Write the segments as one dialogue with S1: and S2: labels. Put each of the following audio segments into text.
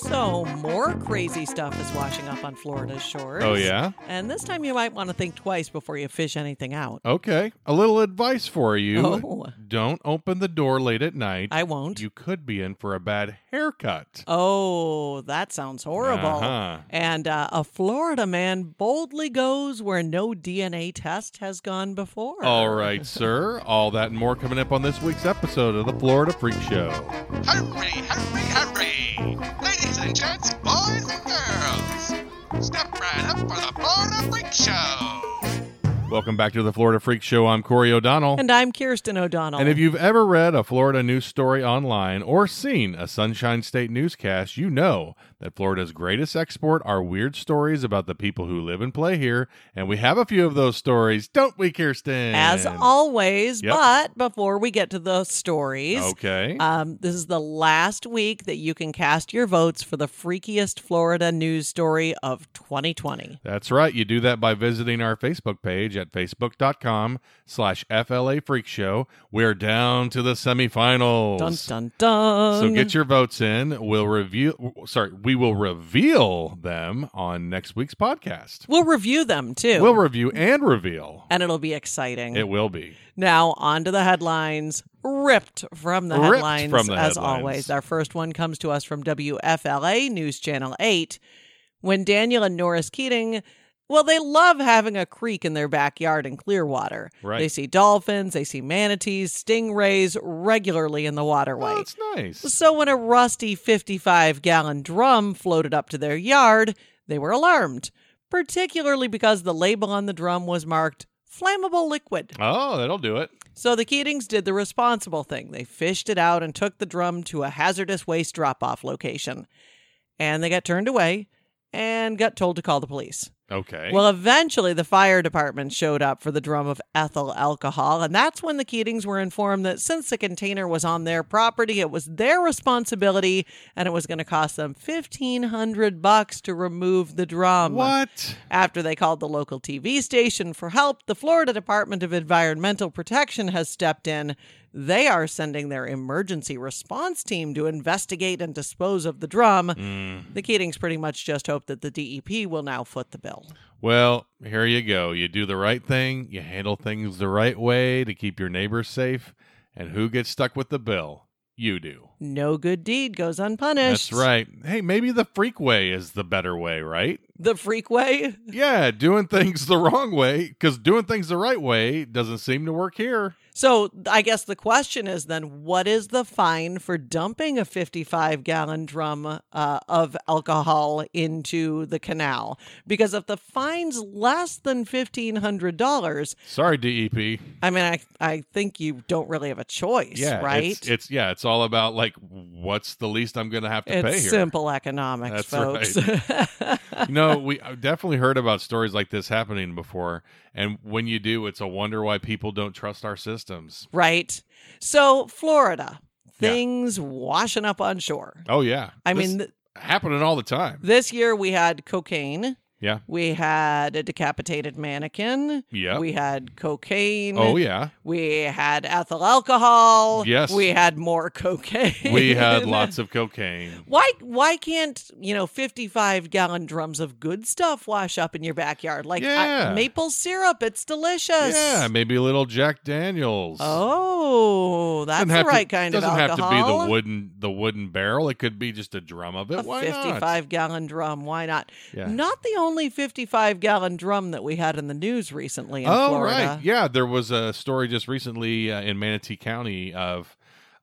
S1: So, more crazy stuff is washing up on Florida's shores.
S2: Oh, yeah?
S1: And this time you might want to think twice before you fish anything out.
S2: Okay. A little advice for Oh, you.
S1: Oh.
S2: Don't open the door late at night.
S1: I won't.
S2: You could be in for a bad haircut.
S1: Oh, that sounds horrible.
S2: Uh-huh.
S1: And uh, a Florida man boldly goes where no DNA test has gone before.
S2: All right, sir. All that and more coming up on this week's episode of the Florida Freak Show.
S3: Hurry, hurry, hurry! Ladies and gents, boys and girls, step right up for the Florida Freak Show!
S2: Welcome back to the Florida Freak Show. I'm Corey O'Donnell.
S1: And I'm Kirsten O'Donnell.
S2: And if you've ever read a Florida news story online or seen a Sunshine State newscast, you know that Florida's greatest export are weird stories about the people who live and play here. And we have a few of those stories, don't we, Kirsten?
S1: As always,
S2: Yep.
S1: but before we get to the stories,
S2: Okay.
S1: Um, this is the last week that you can cast your votes for the freakiest Florida news story of 2020.
S2: That's right. You do that by visiting our Facebook page at facebook.com slash FLA Freak Show. We're down to the semifinals.
S1: Dun dun dun.
S2: So get your votes in. We'll review. Sorry, we will reveal them on next week's podcast.
S1: we'll review them too.
S2: We'll review and reveal.
S1: and it'll be exciting.
S2: It will be.
S1: now on to the headlines. Ripped from the
S2: Ripped
S1: headlines
S2: from the
S1: as
S2: headlines.
S1: always. Our first one comes to us from WFLA News Channel 8. When Daniel and Norris Keating well, they love having a creek in their backyard in Clearwater.
S2: Right.
S1: They see dolphins, they see manatees, stingrays regularly in the waterway.
S2: Oh, that's nice.
S1: So when a rusty 55 gallon drum floated up to their yard, they were alarmed, particularly because the label on the drum was marked flammable liquid.
S2: Oh, that'll do it.
S1: So the Keatings did the responsible thing. They fished it out and took the drum to a hazardous waste drop off location. And they got turned away and got told to call the police.
S2: Okay.
S1: Well, eventually the fire department showed up for the drum of ethyl alcohol, and that's when the Keatings were informed that since the container was on their property, it was their responsibility and it was going to cost them 1500 bucks to remove the drum.
S2: what?
S1: After they called the local TV station for help, the Florida Department of Environmental Protection has stepped in. They are sending their emergency response team to investigate and dispose of the drum.
S2: Mm.
S1: The Keatings pretty much just hope that the DEP will now foot the bill.
S2: Well, here you go. You do the right thing. You handle things the right way to keep your neighbors safe. And who gets stuck with the bill? You do.
S1: No good deed goes unpunished.
S2: That's right. Hey, maybe the freak way is the better way, right?
S1: The freak way.
S2: Yeah, doing things the wrong way because doing things the right way doesn't seem to work here.
S1: So I guess the question is then, what is the fine for dumping a 55 gallon drum uh, of alcohol into the canal? Because if the fine's less than $1,500,
S2: Sorry, E DEP.
S1: I mean, I, I think you don't really have a choice,
S2: Yeah,
S1: right?
S2: It's, it's yeah, it's all about like what's the least I'm going to have to
S1: It's
S2: pay here.
S1: simple economics,
S2: That's
S1: folks.
S2: you know, we I've definitely heard about stories like this happening before, and when you do, it's a wonder why people don't trust our systems.
S1: right? So, Florida,
S2: Yeah.
S1: things washing up on shore.
S2: Oh yeah,
S1: I
S2: This
S1: mean, th-
S2: happening all the time.
S1: this year we had cocaine.
S2: yeah,
S1: We had a decapitated mannequin.
S2: Yep.
S1: We had cocaine.
S2: oh yeah.
S1: We had ethyl alcohol.
S2: Yes.
S1: We had more cocaine.
S2: We had lots of cocaine.
S1: Why? Why can't you know fifty-five gallon drums of good stuff wash up in your backyard? Like
S2: Yeah.
S1: I, maple syrup, it's delicious.
S2: Yeah, maybe a little Jack Daniels.
S1: Oh, that's
S2: Doesn't
S1: the
S2: have to-
S1: right kind of
S2: doesn't
S1: alcohol.
S2: have to be the wooden the wooden barrel. It could be just a drum of it.
S1: A
S2: Why not?
S1: 55 gallon drum. Why not?
S2: Yeah.
S1: Not the only 55 gallon drum that we had in the news recently in
S2: oh
S1: Florida.
S2: right, yeah. There was a story just recently uh, in Manatee County of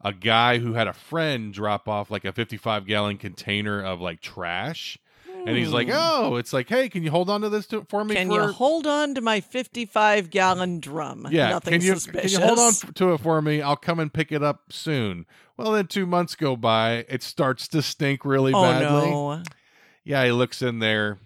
S2: a guy who had a friend drop off like a 55 gallon container of like trash, and he's like, "Oh, it's like, hey, can you hold on to this to, for me?
S1: Hmm. Can
S2: for-"
S1: you hold on to my 55 gallon drum?
S2: yeah,
S1: Nothing
S2: can you
S1: suspicious.
S2: can you hold on f- to it for me? I'll come and pick it up soon." Well, then two months go by. It starts to stink really
S1: oh,
S2: badly.
S1: no.
S2: Yeah, he looks in there.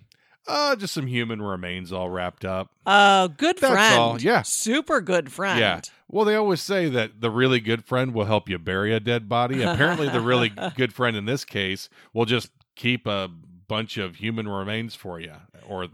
S2: Uh, just some human remains all wrapped up.
S1: Uh, good
S2: That's
S1: friend.
S2: all, yeah.
S1: Super good friend.
S2: Yeah. Well, they always say that the really good friend will help you bury a dead body. Apparently, the really good friend in this case will just keep a bunch of human remains for you or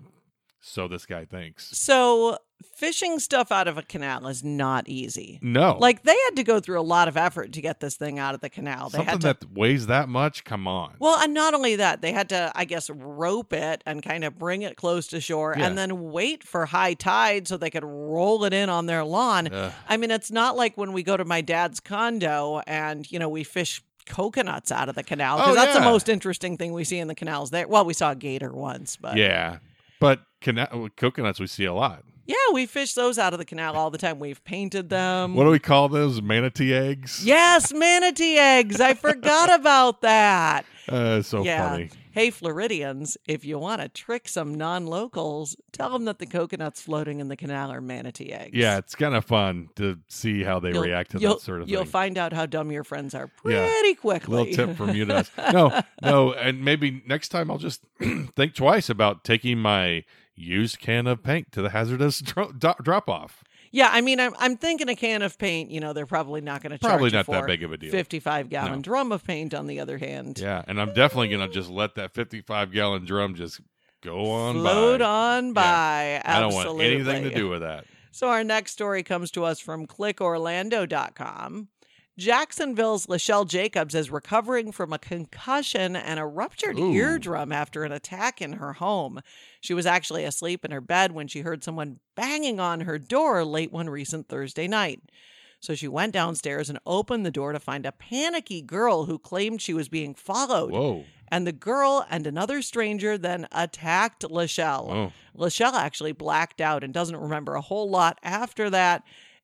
S2: So this guy thinks.
S1: So fishing stuff out of a canal is not easy.
S2: No.
S1: Like they had to go through a lot of effort to get this thing out of the canal. They
S2: something
S1: had to
S2: that weighs that much? Come on.
S1: Well, and not only that, they had to, I guess, rope it and kind of bring it close to shore
S2: Yeah.
S1: and then wait for high tide so they could roll it in on their lawn.
S2: Ugh.
S1: I mean, it's not like when we go to my dad's condo and, you know, we fish coconuts out of the canal because
S2: Oh,
S1: that's
S2: yeah.
S1: the most interesting thing we see in the canals there. Well, we saw a gator once, but
S2: yeah. But cana- coconuts we see a lot.
S1: yeah, we fish those out of the canal all the time. We've painted them.
S2: What do we call those? Manatee eggs?
S1: yes, manatee eggs. I forgot about that.
S2: Uh, so
S1: Yeah.
S2: funny.
S1: Hey, Floridians, if you want to trick some non locals, tell them that the coconuts floating in the canal are manatee eggs.
S2: Yeah, it's kind of fun to see how they
S1: You'll-
S2: react to
S1: you'll-
S2: that sort of
S1: You'll
S2: thing.
S1: find out how dumb your friends are pretty
S2: Yeah.
S1: quickly.
S2: Little tip from you to us. No, no, and maybe next time I'll just think twice about taking my used can of paint to the hazardous dro- do- drop off.
S1: yeah, I mean, I'm, I'm thinking a can of paint, you know, they're probably not going to charge
S2: Probably
S1: you
S2: not that
S1: for
S2: big of a deal.
S1: 55 gallon
S2: No.
S1: drum of paint, on the other hand.
S2: Yeah, and I'm definitely gonna just let that 55 gallon drum just go on
S1: Float
S2: by.
S1: on by.
S2: I don't want
S1: Absolutely.
S2: anything to do with that.
S1: So our next story comes to us from clickorlando.com. Jacksonville's Lachelle Jacobs is recovering from a concussion and a ruptured
S2: Ooh.
S1: eardrum after an attack in her home. She was actually asleep in her bed when she heard someone banging on her door late one recent Thursday night. So she went downstairs and opened the door to find a panicky girl who claimed she was being followed.
S2: Whoa.
S1: And the girl and another stranger then attacked Lachelle.
S2: Oh,
S1: Lachelle actually blacked out and doesn't remember a whole lot after that,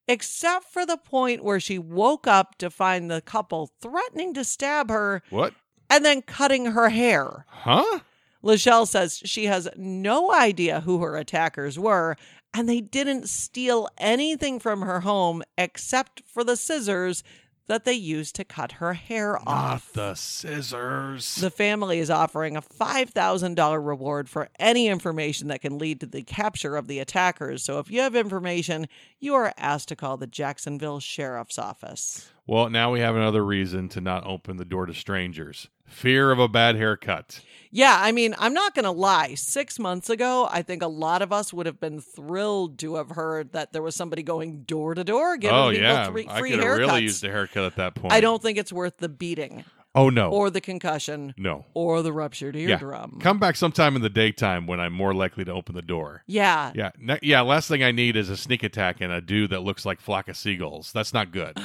S1: except for the point where she woke up to find the couple threatening to stab her
S2: what?
S1: and then cutting her hair.
S2: Huh?
S1: Lachelle says she has no idea who her attackers were, and they didn't steal anything from her home except for the scissors that they used to cut her hair
S2: Not
S1: off.
S2: the scissors.
S1: The family is offering a $5,000 reward for any information that can lead to the capture of the attackers. So if you have information, you are asked to call the Jacksonville Sheriff's Office.
S2: Well, now we have another reason to not open the door to strangers. Fear of a bad haircut.
S1: Yeah, I mean, I'm not going to lie. Six months ago, I think a lot of us would have been thrilled to have heard that there was somebody going door to door giving
S2: oh
S1: people
S2: yeah,
S1: three,
S2: I
S1: free
S2: could have
S1: haircuts.
S2: really used a haircut at that point.
S1: I don't think it's worth the beating
S2: Oh no,
S1: or the concussion
S2: no.
S1: or the ruptured
S2: Yeah.
S1: eardrum.
S2: Come back sometime in the daytime when I'm more likely to open the door.
S1: yeah.
S2: Yeah, ne- yeah. Last thing I need is a sneak attack and a dude that looks like flock of seagulls. That's not good.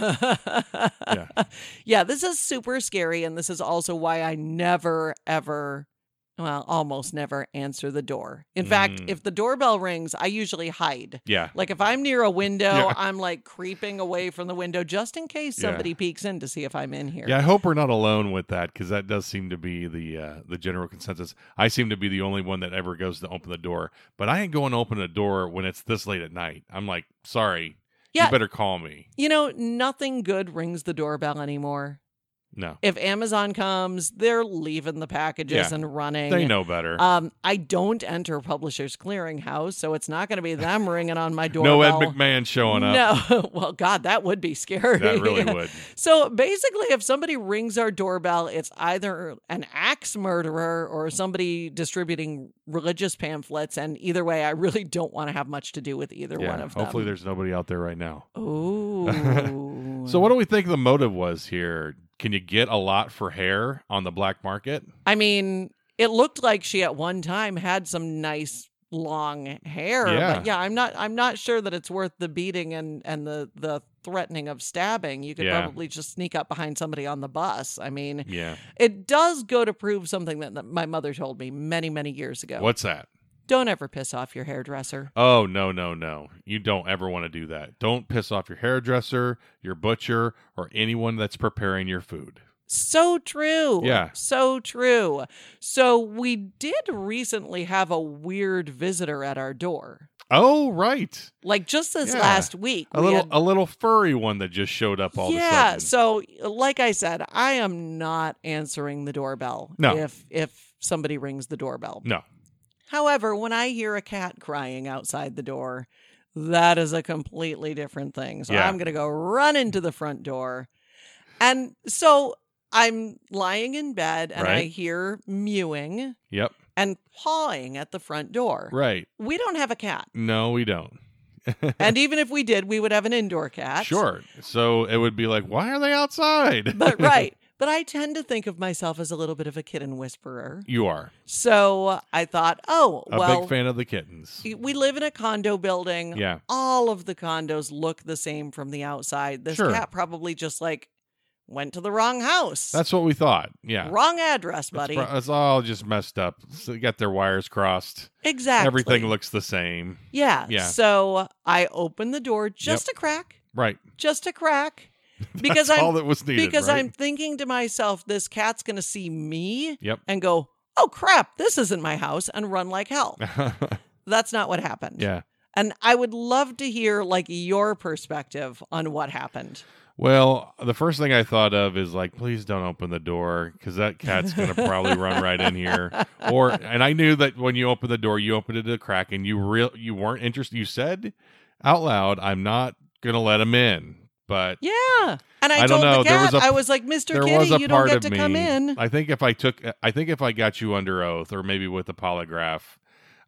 S2: yeah,
S1: Yeah, this is super scary. And this is also why I never, ever, well, almost never answer the door. In fact,
S2: Mm.
S1: if the doorbell rings, I usually hide.
S2: yeah.
S1: Like if I'm near a window,
S2: Yeah.
S1: I'm like creeping away from the window just in case
S2: Yeah.
S1: somebody peeks in to see if I'm in here.
S2: Yeah, I hope we're not alone with that because that does seem to be the uh, the general consensus. I seem to be the only one that ever goes to open the door, but I ain't going to open a door when it's this late at night. I'm like, sorry,
S1: Yeah.
S2: you better call me.
S1: You know, nothing good rings the doorbell anymore.
S2: No,
S1: If Amazon comes, they're leaving the packages
S2: Yeah.
S1: and running.
S2: they know better.
S1: Um, I don't enter Publishers Clearinghouse, so it's not going to be them ringing on my doorbell.
S2: no Ed McMahon showing up.
S1: No, well, God, that would be scary.
S2: That really would.
S1: So basically, if somebody rings our doorbell, it's either an axe murderer or somebody distributing religious pamphlets. And either way, I really don't want to have much to do with either one
S2: Yeah,
S1: of them.
S2: hopefully there's nobody out there right now.
S1: Ooh.
S2: So what do we think the motive was here? Can you get a lot for hair on the black market?
S1: I mean, it looked like she at one time had some nice long hair.
S2: Yeah.
S1: But yeah, I'm not I'm not sure that it's worth the beating and and the the threatening of stabbing. You could
S2: Yeah.
S1: probably just sneak up behind somebody on the bus. I mean,
S2: Yeah.
S1: It does go to prove something that, that my mother told me many, many years ago.
S2: What's that?
S1: Don't ever piss off your hairdresser.
S2: Oh no no no! You don't ever want to do that. Don't piss off your hairdresser, your butcher, or anyone that's preparing your food.
S1: So true.
S2: Yeah.
S1: So true. So we did recently have a weird visitor at our door.
S2: Oh right,
S1: Like just this
S2: Yeah.
S1: last week.
S2: a
S1: we
S2: little
S1: had-
S2: a little furry one that just showed up all
S1: yeah.
S2: of a sudden.
S1: So like I said, I am not answering the doorbell
S2: No.
S1: if if somebody rings the doorbell.
S2: no,
S1: However, when I hear a cat crying outside the door, that is a completely different thing. So
S2: Yeah.
S1: I'm going to go run into the front door. And so I'm lying in bed and I
S2: Right.
S1: hear mewing.
S2: yep,
S1: and pawing at the front door.
S2: Right.
S1: We don't have a cat.
S2: No, we don't.
S1: and even if we did, we would have an indoor cat.
S2: Sure. So it would be like, why are they outside?
S1: But right. But I tend to think of myself as a little bit of a kitten whisperer.
S2: you are
S1: So I thought, oh,
S2: a
S1: well,
S2: big fan of the kittens.
S1: we live in a condo building.
S2: Yeah.
S1: All of the condos look the same from the outside. This
S2: Sure.
S1: cat probably just like went to the wrong house.
S2: That's what we thought. Yeah.
S1: wrong address, buddy.
S2: It's, pro- uh, it's all just messed up. So they got their wires crossed.
S1: exactly.
S2: Everything looks the same.
S1: Yeah.
S2: Yeah.
S1: So I opened the door just a crack,
S2: Right.
S1: just a crack, because
S2: That's all
S1: I'm
S2: that was needed.
S1: because
S2: right?
S1: I'm thinking to myself, this cat's gonna see me
S2: Yep.
S1: and go, "Oh crap, this isn't my house," and run like hell. That's not what happened.
S2: yeah.
S1: And I would love to hear like your perspective on what happened.
S2: Well, the first thing I thought of is like, please don't open the door because that cat's going to probably run right in here. Or, and I knew that when you opened the door, you opened it a crack, and you real you weren't interested. You said out loud, "I'm not going to let him in." But
S1: Yeah. And I,
S2: I don't
S1: told
S2: know.
S1: the
S2: There
S1: cat,
S2: was a-
S1: I was like, Mr.
S2: there
S1: Kitty,
S2: was a
S1: you don't
S2: part
S1: get
S2: of
S1: to
S2: me.
S1: come in.
S2: I think if I took, I think if I got you under oath, or maybe with a polygraph,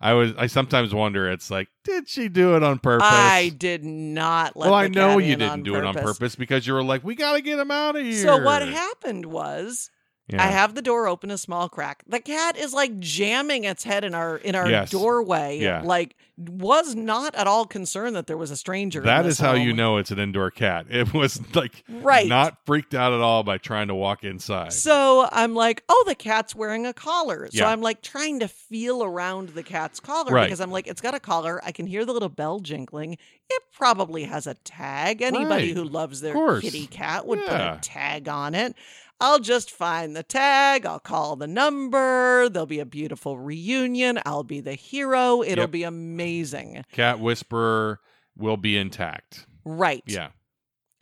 S2: I was. I sometimes wonder. It's like, did she do it on purpose?
S1: I did not let
S2: well,
S1: the
S2: I know
S1: cat
S2: you
S1: in
S2: didn't do it on purpose because you were like, we got to get him out of here.
S1: So what happened was
S2: Yeah.
S1: I have the door open a small crack. The cat is like jamming its head in our in our
S2: Yes.
S1: doorway.
S2: Yeah.
S1: Like was not at all concerned that there was a stranger. in
S2: That
S1: this
S2: is how you
S1: home.
S2: know it's an indoor cat. It was like
S1: Right.
S2: not freaked out at all by trying to walk inside.
S1: So I'm like, oh, the cat's wearing a collar. So
S2: Yeah.
S1: I'm like trying to feel around the cat's collar
S2: Right.
S1: because I'm like, it's got a collar. I can hear the little bell jingling. It probably has a tag. Anybody
S2: Right.
S1: who loves their
S2: course.
S1: kitty cat would
S2: Yeah.
S1: put a tag on it. I'll just find the tag. I'll call the number. There'll be a beautiful reunion. I'll be the hero. It'll
S2: Yep.
S1: be amazing.
S2: Cat whisperer will be intact.
S1: Right.
S2: Yeah.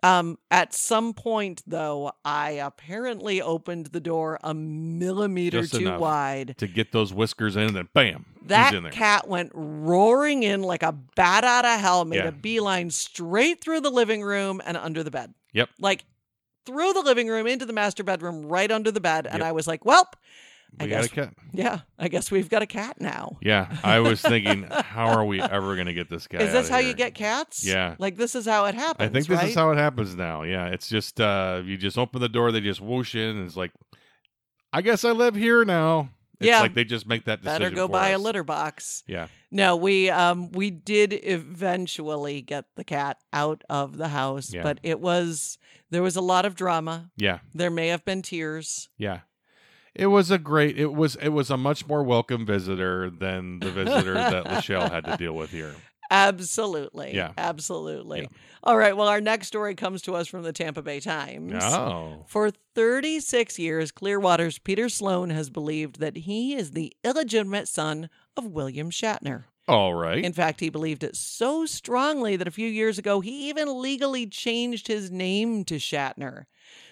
S1: Um, at some point, though, I apparently opened the door a millimeter
S2: Just
S1: too
S2: enough.
S1: wide.
S2: To get those whiskers in, then bam,
S1: That
S2: he's in there.
S1: cat went roaring in like a bat out of hell, made
S2: Yeah.
S1: a beeline straight through the living room and under the bed.
S2: Yep.
S1: Like through the living room into the master bedroom, right under the bed. And
S2: Yep.
S1: I was like, Welp, I
S2: we got a
S1: guess-
S2: cat.
S1: yeah, I guess we've got a cat now.
S2: Yeah. I was thinking, how are we ever going to get this cat?
S1: is this
S2: outta
S1: how
S2: here?
S1: you get cats?
S2: Yeah.
S1: Like this is how it happens.
S2: I think this
S1: right?
S2: is how it happens now. Yeah. It's just, uh, you just open the door, they just whoosh in, and it's like, I guess I live here now. It's
S1: Yeah.
S2: like they just make that decision.
S1: Better go
S2: for
S1: buy a
S2: us.
S1: litter box.
S2: Yeah.
S1: No, we um we did eventually get the cat out of the house,
S2: Yeah.
S1: but it was there was a lot of drama.
S2: Yeah.
S1: There may have been tears.
S2: Yeah. It was a great it was it was a much more welcome visitor than the visitor that Lachelle had to deal with here.
S1: Absolutely.
S2: Yeah.
S1: Absolutely.
S2: Yeah.
S1: All right. Well, our next story comes to us from the Tampa Bay Times.
S2: Oh.
S1: For 36 years, Clearwater's Peter Sloan has believed that he is the illegitimate son of William Shatner.
S2: All right.
S1: In fact, he believed it so strongly that a few years ago, he even legally changed his name to Shatner.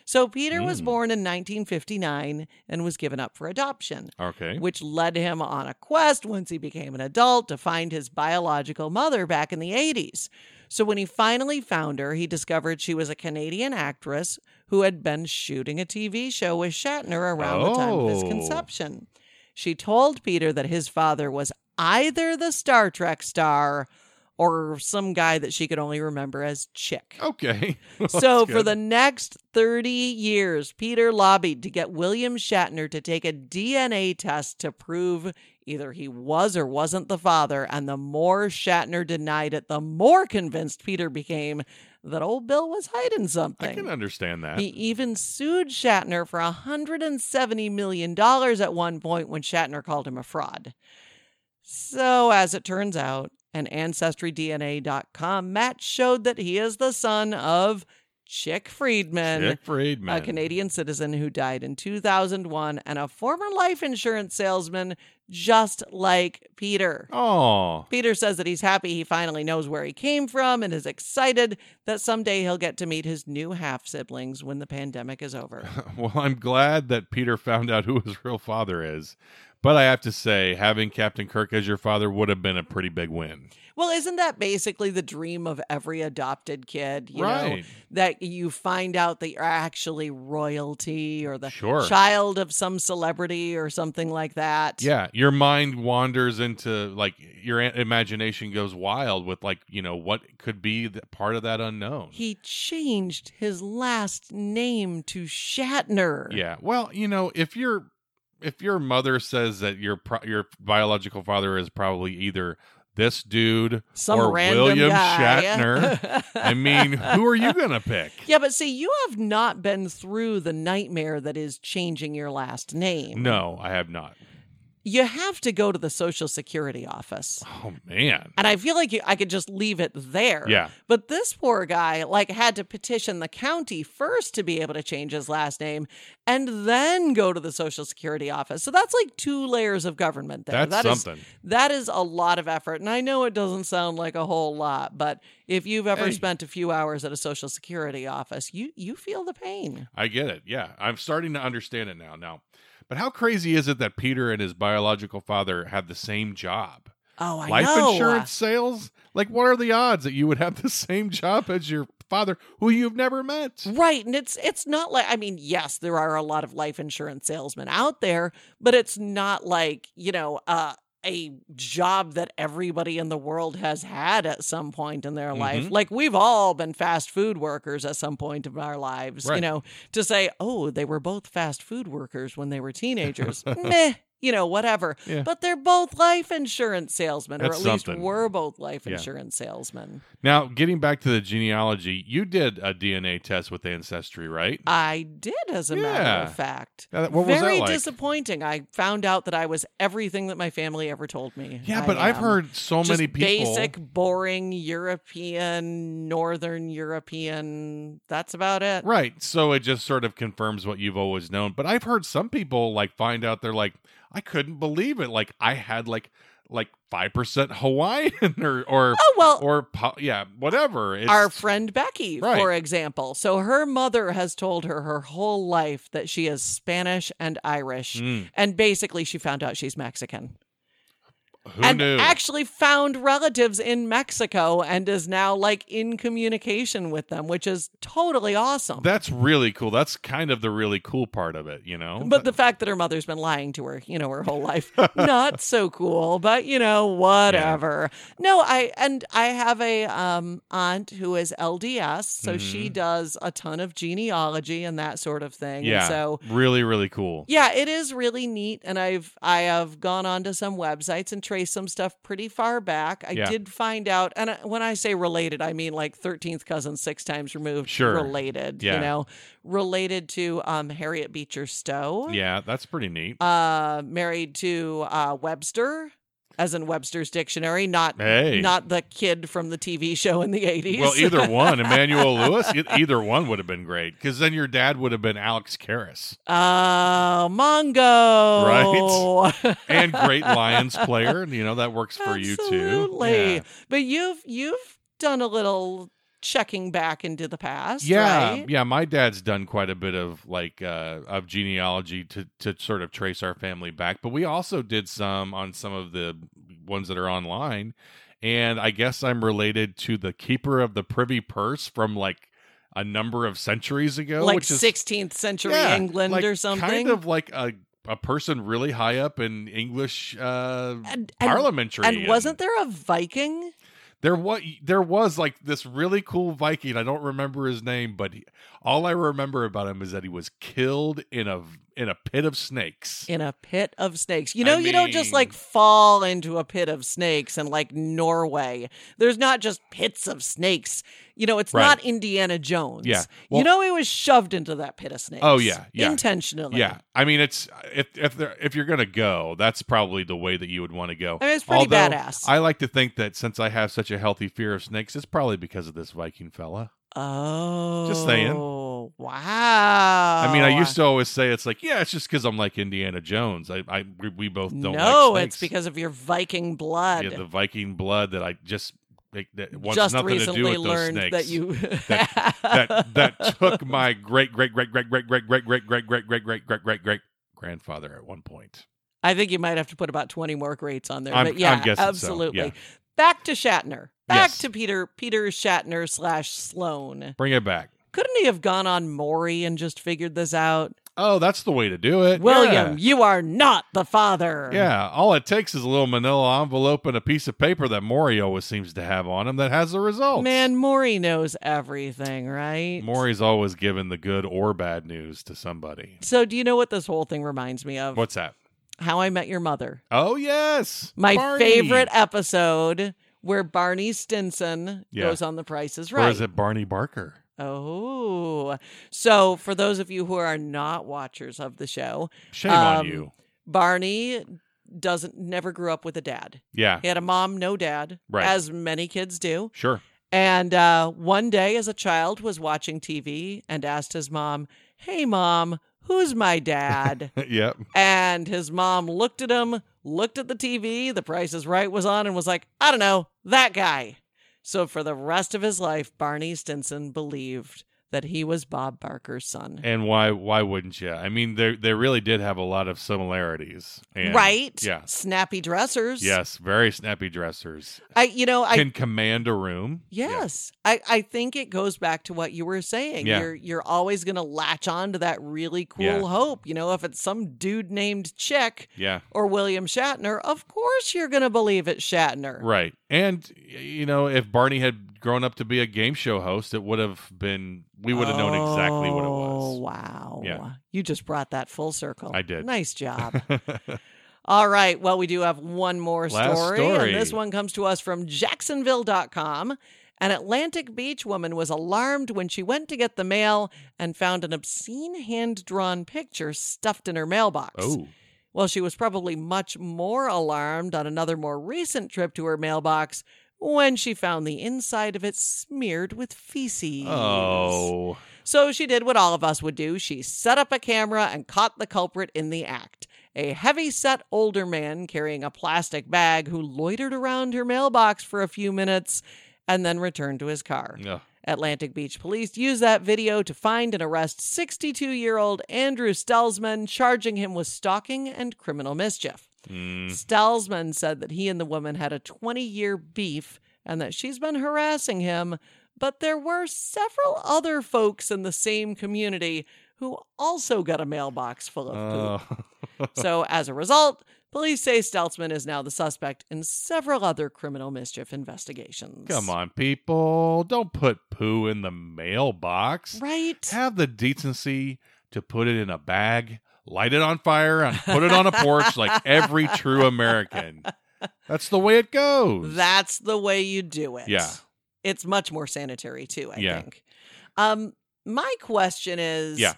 S1: So, Peter was
S2: Mm.
S1: born in 1959 and was given up for adoption
S2: okay.
S1: which led him on a quest once he became an adult to find his biological mother back in the 80s. So when he finally found her, he discovered she was a Canadian actress who had been shooting a TV show with Shatner around the time of his
S2: Oh.
S1: conception. She told Peter that his father was either the Star Trek star or some guy that she could only remember as Chick.
S2: Okay. Well,
S1: So
S2: that's
S1: for
S2: good.
S1: the next 30 years, Peter lobbied to get William Shatner to take a DNA test to prove either he was or wasn't the father. And the more Shatner denied it, the more convinced Peter became that old Bill was hiding something.
S2: I can understand that.
S1: He even sued Shatner for $170 million at one point when Shatner called him a fraud. So, as it turns out, an AncestryDNA.com match showed that he is the son of Chick Friedman,
S2: Chick Friedman.
S1: a Canadian citizen who died in 2001 and a former life insurance salesman, just like Peter.
S2: Oh.
S1: Peter says that he's happy he finally knows where he came from and is excited that someday he'll get to meet his new half siblings when the pandemic is over.
S2: Well, I'm glad that Peter found out who his real father is. But I have to say, having Captain Kirk as your father would have been a pretty big win.
S1: well, isn't that basically the dream of every adopted kid? You know,
S2: right.
S1: that you find out that you're actually royalty or the
S2: Sure.
S1: child of some celebrity or something like that.
S2: Yeah, your mind wanders into like your a- imagination goes wild with like you know what could be the, part of that unknown.
S1: He changed his last name to Shatner.
S2: yeah. Well, you know, if your if your mother says that your pro- your biological father is probably either this dude
S1: Some
S2: or
S1: random
S2: William
S1: guy.
S2: Shatner, I mean, who are you gonna pick?
S1: Yeah, but see, you have not been through the nightmare that is changing your last name.
S2: No, I have not.
S1: You have to go to the Social Security office.
S2: Oh man.
S1: And I feel like you, I could just leave it there.
S2: Yeah.
S1: But this poor guy, like, had to petition the county first to be able to change his last name and then go to the Social Security office. So that's like two layers of government there.
S2: That's
S1: That is-
S2: something.
S1: that is a lot of effort. And I know it doesn't sound like a whole lot, but if you've ever
S2: Hey.
S1: spent a few hours at a Social Security office, you, you feel the pain.
S2: I get it. Yeah, I'm starting to understand it now. Now, but how crazy is it that Peter and his biological father have the same job?
S1: Oh, I
S2: Life
S1: know.
S2: insurance sales? Like, what are the odds that you would have the same job as your father, who you've never met?
S1: Right, and it's it's not like I mean, yes, there are a lot of life insurance salesmen out there, but it's not like, you know, uh a job that everybody in the world has had at some point in their life.
S2: Mhm.
S1: Like we've all been fast food workers at some point of our lives, you
S2: Right.
S1: know, to say, "Oh, they were both fast food workers when they were teenagers." Meh. You know, whatever.
S2: Yeah.
S1: But they're both life insurance salesmen, or
S2: That's
S1: at least
S2: something.
S1: were both life
S2: Yeah.
S1: insurance salesmen.
S2: Now, getting back to the genealogy, you did a DNA test with Ancestry, right?
S1: I did, as a matter
S2: Yeah.
S1: of fact.
S2: Yeah, that- what was
S1: Very
S2: that like?
S1: disappointing. I found out that I was everything that my family ever told me.
S2: yeah,
S1: I
S2: but I've
S1: am.
S2: heard so
S1: Just
S2: many people.
S1: Basic, boring European, Northern European. That's about it.
S2: Right. So it just sort of confirms what you've always known. But I've heard some people like find out they're like, I couldn't believe it. Like I had like like five percent Hawaiian or or
S1: Oh, well,
S2: or po- yeah, whatever. It's,
S1: our friend Becky,
S2: Right.
S1: for example. So her mother has told her her whole life that she is Spanish and Irish.
S2: Mm,
S1: And basically, she found out she's Mexican.
S2: who
S1: and
S2: knew?
S1: actually found relatives in Mexico and is now like in communication with them, which is totally awesome.
S2: That's really cool. That's kind of the really cool part of it, you know.
S1: but the fact that her mother's been lying to her, you know, her whole life, not so cool, but you know, whatever. No, I and I have a um aunt who is LDS, so
S2: Mm-hmm.
S1: she does a ton of genealogy and that sort of thing.
S2: yeah,
S1: And so
S2: really, really cool.
S1: yeah, it is really neat, and I've I have gone onto some websites and traced some stuff pretty far back. I
S2: Yeah.
S1: did find out, and I- when I say related, I mean like thirteenth cousin, six times removed,
S2: Sure.
S1: related.
S2: Yeah.
S1: You know, related to um, Harriet Beecher Stowe.
S2: Yeah, that's pretty neat.
S1: Uh, married to uh, Webster, as in Webster's Dictionary, not
S2: Hey.
S1: not the kid from the TV show in the eighties.
S2: well, either one, Emmanuel Lewis, e- either one would have been great because then your dad would have been Alex Karras
S1: uh, Mongo. Right.
S2: and great Lions player. You know that works for you too.
S1: Absolutely.
S2: Yeah.
S1: But you've you've done a little checking back into the past.
S2: Yeah,
S1: right?
S2: yeah. My dad's done quite a bit of like uh, of genealogy to to sort of trace our family back, but we also did some on some of the ones that are online, and I guess I'm related to the keeper of the privy purse from like a number of centuries ago,
S1: like
S2: which is
S1: 16th century
S2: yeah,
S1: England
S2: like,
S1: or something.
S2: kind of like a a person really high up in English uh,
S1: and, and,
S2: parliamentary.
S1: and wasn't there a Viking?
S2: There was there was like this really cool Viking. I don't remember his name, but he, all I remember about him is that he was killed in a in a pit of snakes.
S1: In a pit of snakes. You
S2: I
S1: know, you don't just
S2: mean-
S1: like fall into a pit of snakes and like Norway. There's not just pits of snakes. You know, it's
S2: Right.
S1: not Indiana Jones.
S2: Yeah. Well-
S1: you know, he was shoved into that pit of snakes.
S2: Oh, yeah, yeah.
S1: Intentionally.
S2: Yeah, I mean it's if if there, if you're gonna go, that's probably the way that you would want to go.
S1: I mean, it's pretty
S2: Although,
S1: badass.
S2: I like to think that since I have such a healthy fear of snakes, it's probably because of this Viking fella.
S1: Oh.
S2: saying.
S1: Wow.
S2: I mean, I used to always say it's like, yeah, it's just because I'm like Indiana Jones. I, I we, we both don't.
S1: No,
S2: like
S1: it's
S2: snakes.
S1: because of your Viking blood.
S2: yeah, the Viking blood that I just it, that wants
S1: Just
S2: nothing to
S1: recently
S2: do with those
S1: learned
S2: snakes.
S1: that you
S2: That- that that took my great great great great great great great great great great great great great great great grandfather at one point.
S1: I think you might have to put about twenty more greats on there,
S2: I'm-
S1: but yeah,
S2: I'm guessing so,
S1: absolutely.
S2: yeah.
S1: Back to Shatner. Back
S2: Yes.
S1: to Peter Peter Shatner slash Sloan.
S2: Bring it back.
S1: Couldn't he have gone on Maury and just figured this out?
S2: Oh, that's the way to do it.
S1: William,
S2: Yeah.
S1: you are not the father.
S2: Yeah, all it takes is a little manila envelope and a piece of paper that Maury always seems to have on him that has the results.
S1: Man, Maury knows everything, right?
S2: Maury's always given the good or bad news to somebody.
S1: So, do you know what this whole thing reminds me of?
S2: What's that?
S1: How I Met Your Mother.
S2: Oh, yes.
S1: My
S2: Barney.
S1: favorite episode where Barney Stinson
S2: Yeah.
S1: goes on The Price is
S2: Or
S1: Right.
S2: is it Barney Barker?
S1: Oh. So, for those of you who are not watchers of the show,
S2: Shame on
S1: Um,
S2: you.
S1: Barney doesn't never grew up with a dad.
S2: Yeah,
S1: He had a mom, no dad,
S2: Right.
S1: as many kids do.
S2: sure.
S1: And uh, one day, as a child, was watching TV and asked his mom, "Hey, mom, who's my dad?"
S2: yep.
S1: and his mom looked at him, looked at the TV, The Price is Right was on, and was like, "I don't know, that guy." So for the rest of his life, Barney Stinson believed that he was Bob Barker's son.
S2: And why why wouldn't you? I mean, they they really did have a lot of similarities. And
S1: right?
S2: Yeah.
S1: Snappy dressers.
S2: Yes, very snappy dressers.
S1: I, you know, I
S2: Can command a room. Yeah.
S1: Yes. I, I think it goes back to what you were saying.
S2: Yeah.
S1: You're you're always gonna latch on to that really cool
S2: Yeah.
S1: hope. You know, if it's some dude named Chick
S2: Yeah.
S1: or William Shatner, of course you're gonna believe it's Shatner.
S2: Right. And y- you know, if Barney had grown up to be a game show host, it would have been we would have known exactly what it
S1: Oh
S2: was.
S1: wow.
S2: Yeah.
S1: You just brought that full circle.
S2: I did.
S1: Nice job. All right. Well, we do have one more
S2: Last
S1: story,
S2: story.
S1: And this one comes to us from Jacksonville.com. An Atlantic Beach woman was alarmed when she went to get the mail and found an obscene hand drawn picture stuffed in her mailbox.
S2: oh.
S1: Well, she was probably much more alarmed on another more recent trip to her mailbox when she found the inside of it smeared with feces.
S2: Oh.
S1: So she did what all of us would do. She set up a camera and caught the culprit in the act. A heavy set older man carrying a plastic bag who loitered around her mailbox for a few minutes and then returned to his car.
S2: Yeah.
S1: Atlantic Beach police used that video to find and arrest 62 year old Andrew Stelzman, charging him with stalking and criminal mischief.
S2: Mm.
S1: Stalsman said that he and the woman had a 20 year beef and that she's been harassing him, but there were several other folks in the same community who also got a mailbox full of poop.
S2: Oh.
S1: So as a result, police say Stelzman is now the suspect in several other criminal mischief investigations.
S2: Come on, people. Don't put poo in the mailbox.
S1: Right?
S2: Have the decency to put it in a bag, light it on fire, and put it on a porch like every true American. That's the way it goes.
S1: That's the way you do it.
S2: Yeah.
S1: It's much more sanitary too, I
S2: Yeah.
S1: think. Um my question is
S2: Yeah.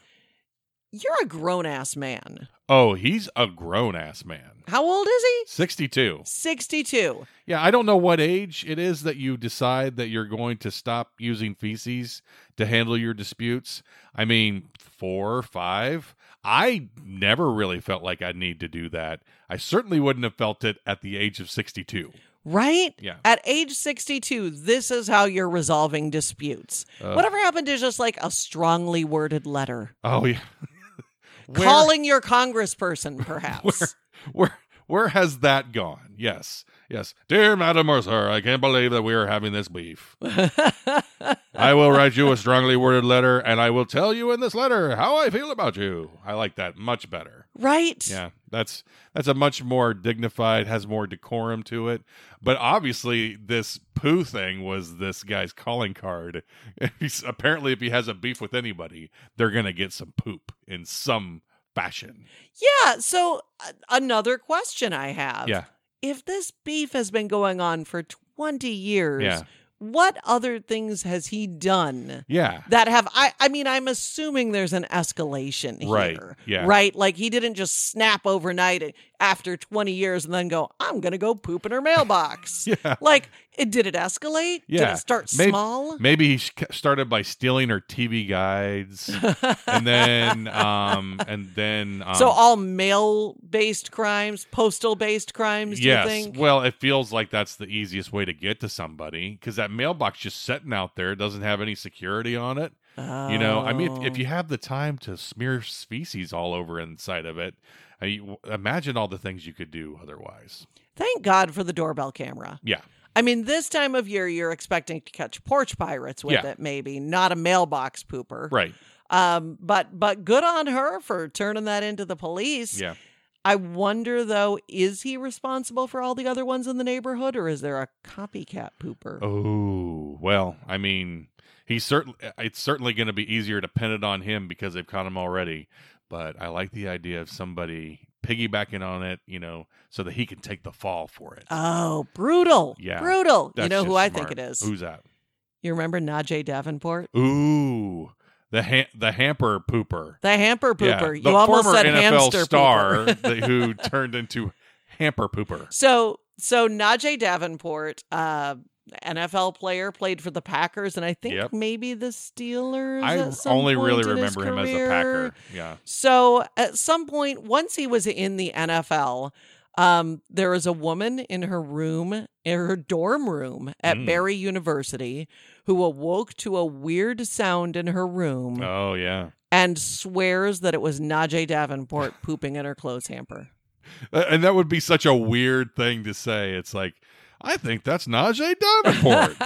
S1: You're a grown ass man.
S2: oh, he's a grown ass man.
S1: How old is he?
S2: 62.
S1: 62.
S2: Yeah, I don't know what age it is that you decide that you're going to stop using feces to handle your disputes. I mean, four, five. I never really felt like I need to do that. I certainly wouldn't have felt it at the age of 62.
S1: Right?
S2: Yeah.
S1: At age 62, this is how you're resolving disputes.
S2: Uh,
S1: Whatever happened to just like a strongly worded letter?
S2: Oh, yeah. where,
S1: Calling your congressperson, perhaps.
S2: Where, where, where has that gone? Yes. Yes. Dear Madam Mercer, I can't believe that we are having this beef. I will write you a strongly worded letter, and I will tell you in this letter how I feel about you. I like that much better.
S1: right?
S2: Yeah, that's that's a much more dignified, has more decorum to it. But obviously, this poo thing was this guy's calling card. If he's, apparently, if he has a beef with anybody, they're gonna get some poop in some fashion.
S1: Yeah. So, uh, another question I have.
S2: Yeah,
S1: If this beef has been going on for 20 years,
S2: yeah,
S1: what other things has he done?
S2: yeah.
S1: that have I I mean I'm assuming there's an escalation here.
S2: Right, yeah.
S1: Right? Like he didn't just snap overnight after 20 years and then go, I'm going to go poop in her mailbox.
S2: Yeah.
S1: Like it did it escalate? Did
S2: Yeah.
S1: it start
S2: Maybe-
S1: small?
S2: Maybe he sh- started by stealing her TV guides, and then, um, and then, um,
S1: so all mail-based crimes, postal-based crimes, do
S2: yes.
S1: you think?
S2: Well, it feels like that's the easiest way to get to somebody because that mailbox just sitting out there it doesn't have any security on it. You know, I mean,
S1: Oh.
S2: if, if you have the time to smear species all over inside of it, I, imagine all the things you could do otherwise.
S1: Thank God for the doorbell camera.
S2: Yeah.
S1: I mean, this time of year you're expecting to catch porch pirates with
S2: Yeah.
S1: it maybe, not a mailbox pooper.
S2: Right.
S1: Um, but but good on her for turning that into the police.
S2: Yeah.
S1: I wonder though, is he responsible for all the other ones in the neighborhood, or is there a copycat pooper?
S2: Oh, well, I mean, he's certainly it's certainly going to be easier to pin it on him because they've caught him already, but I like the idea of somebody piggybacking on it, you know, so that he can take the fall for it.
S1: Oh, brutal.
S2: Yeah,
S1: Brutal.
S2: That's
S1: you know
S2: just
S1: who I think
S2: smart.
S1: it is.
S2: Who's that?
S1: You remember Najee Davenport?
S2: Ooh, the ha- the hamper pooper.
S1: The hamper
S2: Yeah,
S1: pooper.
S2: the
S1: you almost
S2: former
S1: said
S2: NFL
S1: hamster
S2: star
S1: pooper.
S2: that- who turned into hamper pooper.
S1: So so Najee Davenport, uh, NFL player, played for the Packers and I think
S2: Yep.
S1: maybe the Steelers.
S2: I
S1: at some
S2: only
S1: point
S2: really
S1: in his
S2: remember him as a
S1: career.
S2: Packer. Yeah.
S1: So at some point, once he was in the NFL, um, there was a woman in her room, in her dorm room at
S2: Mm.
S1: Barry University, who awoke to a weird sound in her room
S2: Oh, yeah.
S1: and swears that it was Najee Davenport pooping in her clothes hamper.
S2: Uh, And that would be such a weird thing to say. It's like, I think that's Najee Davenport.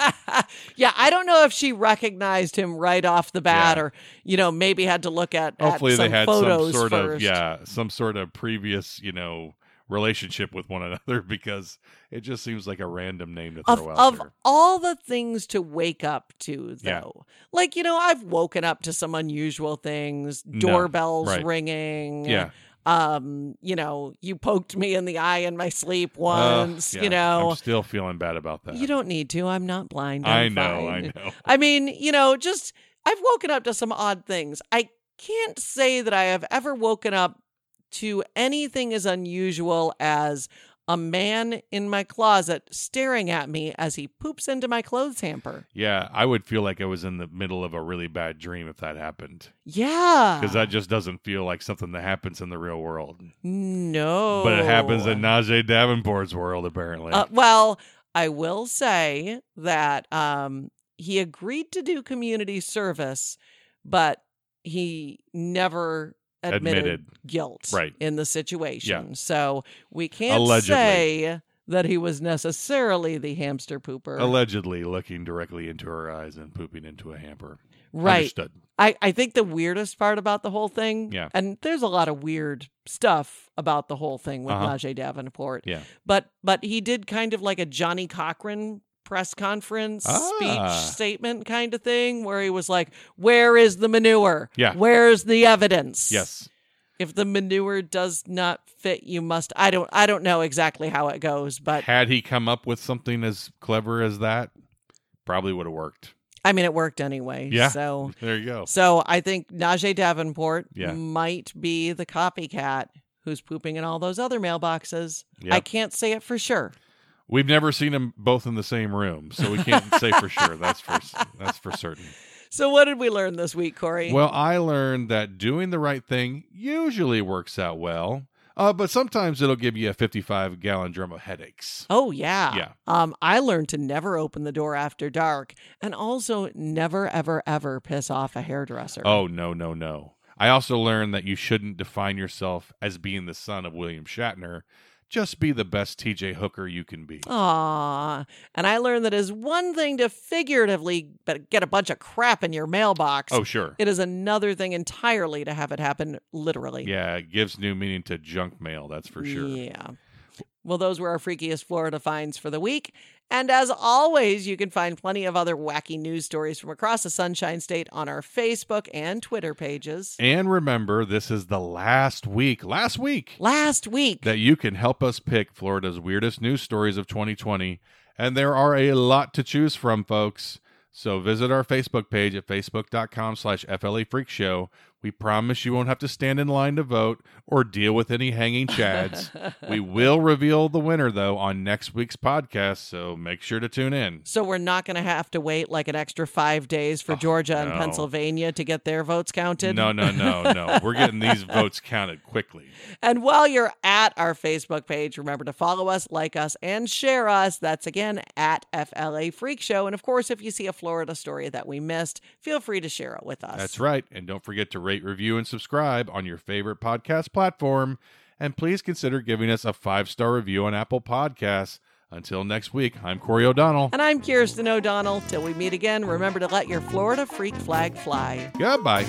S1: yeah, I don't know if she recognized him right off the bat,
S2: Yeah.
S1: or you know, maybe had to look at at
S2: Hopefully, they
S1: some
S2: had some
S1: photos
S2: sort of
S1: first.
S2: yeah, some sort of previous, you know, relationship with one another because it just seems like a random name to
S1: of,
S2: throw out
S1: of
S2: there.
S1: all the things to wake up to though
S2: Yeah.
S1: like you know i've woken up to some unusual things
S2: No,
S1: doorbells
S2: right.
S1: ringing
S2: Yeah.
S1: um you know you poked me in the eye in my sleep
S2: Uh,
S1: once
S2: yeah,
S1: you know
S2: I'm still feeling bad about that.
S1: you don't need to i'm not blind
S2: I
S1: I'm
S2: know, I
S1: fine.
S2: know.
S1: I mean you know just i've woken up to some odd things i can't say that i have ever woken up to anything as unusual as a man in my closet staring at me as he poops into my clothes hamper.
S2: Yeah, I would feel like I was in the middle of a really bad dream if that happened
S1: Yeah.
S2: because that just doesn't feel like something that happens in the real world.
S1: No.
S2: But it happens
S1: Oh.
S2: in Najee Davenport's world, apparently.
S1: Uh, well, I will say that um, he agreed to do community service, but he never admitted,
S2: Admitted.
S1: guilt
S2: Right.
S1: in the situation. So we can't
S2: Allegedly.
S1: say that he was necessarily the hamster pooper.
S2: Allegedly looking directly into her eyes and pooping into a hamper.
S1: right.
S2: Understood.
S1: I, I think the weirdest part about the whole thing,
S2: Yeah.
S1: and there's a lot of weird stuff about the whole thing with
S2: Uh-huh.
S1: Najee Davenport.
S2: Yeah.
S1: But but he did kind of like a Johnny Cochran press conference
S2: Ah.
S1: speech statement kind of thing where he was like, Where is the manure?
S2: Yeah.
S1: Where's the evidence?
S2: Yes.
S1: If the manure does not fit, you must I don't I don't know exactly how it goes, but
S2: Had he come up with something as clever as that, probably would have worked.
S1: I mean it worked anyway.
S2: Yeah.
S1: So
S2: There you go.
S1: So I think Najee Davenport
S2: Yeah.
S1: might be the copycat who's pooping in all those other mailboxes.
S2: Yeah.
S1: I can't say it for sure.
S2: We've never seen them both in the same room, so we can't say for sure. That's for that's for certain.
S1: So what did we learn this week, Corey?
S2: Well, I learned that doing the right thing usually works out well, uh, but sometimes it'll give you a 55 gallon drum of headaches.
S1: oh yeah.
S2: Yeah.
S1: Um, I learned to never open the door after dark and also never ever ever piss off a hairdresser.
S2: Oh, no, no, no. I also learned that you shouldn't define yourself as being the son of William Shatner. Just be the best TJ Hooker you can be.
S1: Aw. And I learned that is one thing to figuratively get a bunch of crap in your mailbox.
S2: Oh, sure.
S1: It is another thing entirely to have it happen literally.
S2: Yeah, it gives new meaning to junk mail, that's for sure.
S1: Yeah. Well, those were our freakiest Florida finds for the week. And as always, you can find plenty of other wacky news stories from across the Sunshine State on our Facebook and Twitter pages.
S2: And remember, this is the last week, last week
S1: Last week,
S2: that you can help us pick Florida's weirdest news stories of 2020. And there are a lot to choose from, folks. So visit our Facebook page at facebook.com slash FLA Freak Show. We promise you won't have to stand in line to vote or deal with any hanging chads. we will reveal the winner, though, on next week's podcast, so make sure to tune in.
S1: so we're not going to have to wait like an extra five days for Georgia and
S2: Oh, no.
S1: Pennsylvania to get their votes counted.
S2: No, no, no, no. We're getting these votes counted quickly.
S1: And while you're at our Facebook page, remember to follow us, like us, and share us. That's again at FLA Freak Show. And of course, if you see a Florida story that we missed, feel free to share it with us.
S2: That's right. And don't forget to rate, review, and subscribe on your favorite podcast platform. And please consider giving us a five star review on Apple Podcasts. Until next week, I'm Corey O'Donnell.
S1: And I'm Kirsten O'Donnell. Till we meet again, remember to let your Florida freak flag fly.
S2: Goodbye.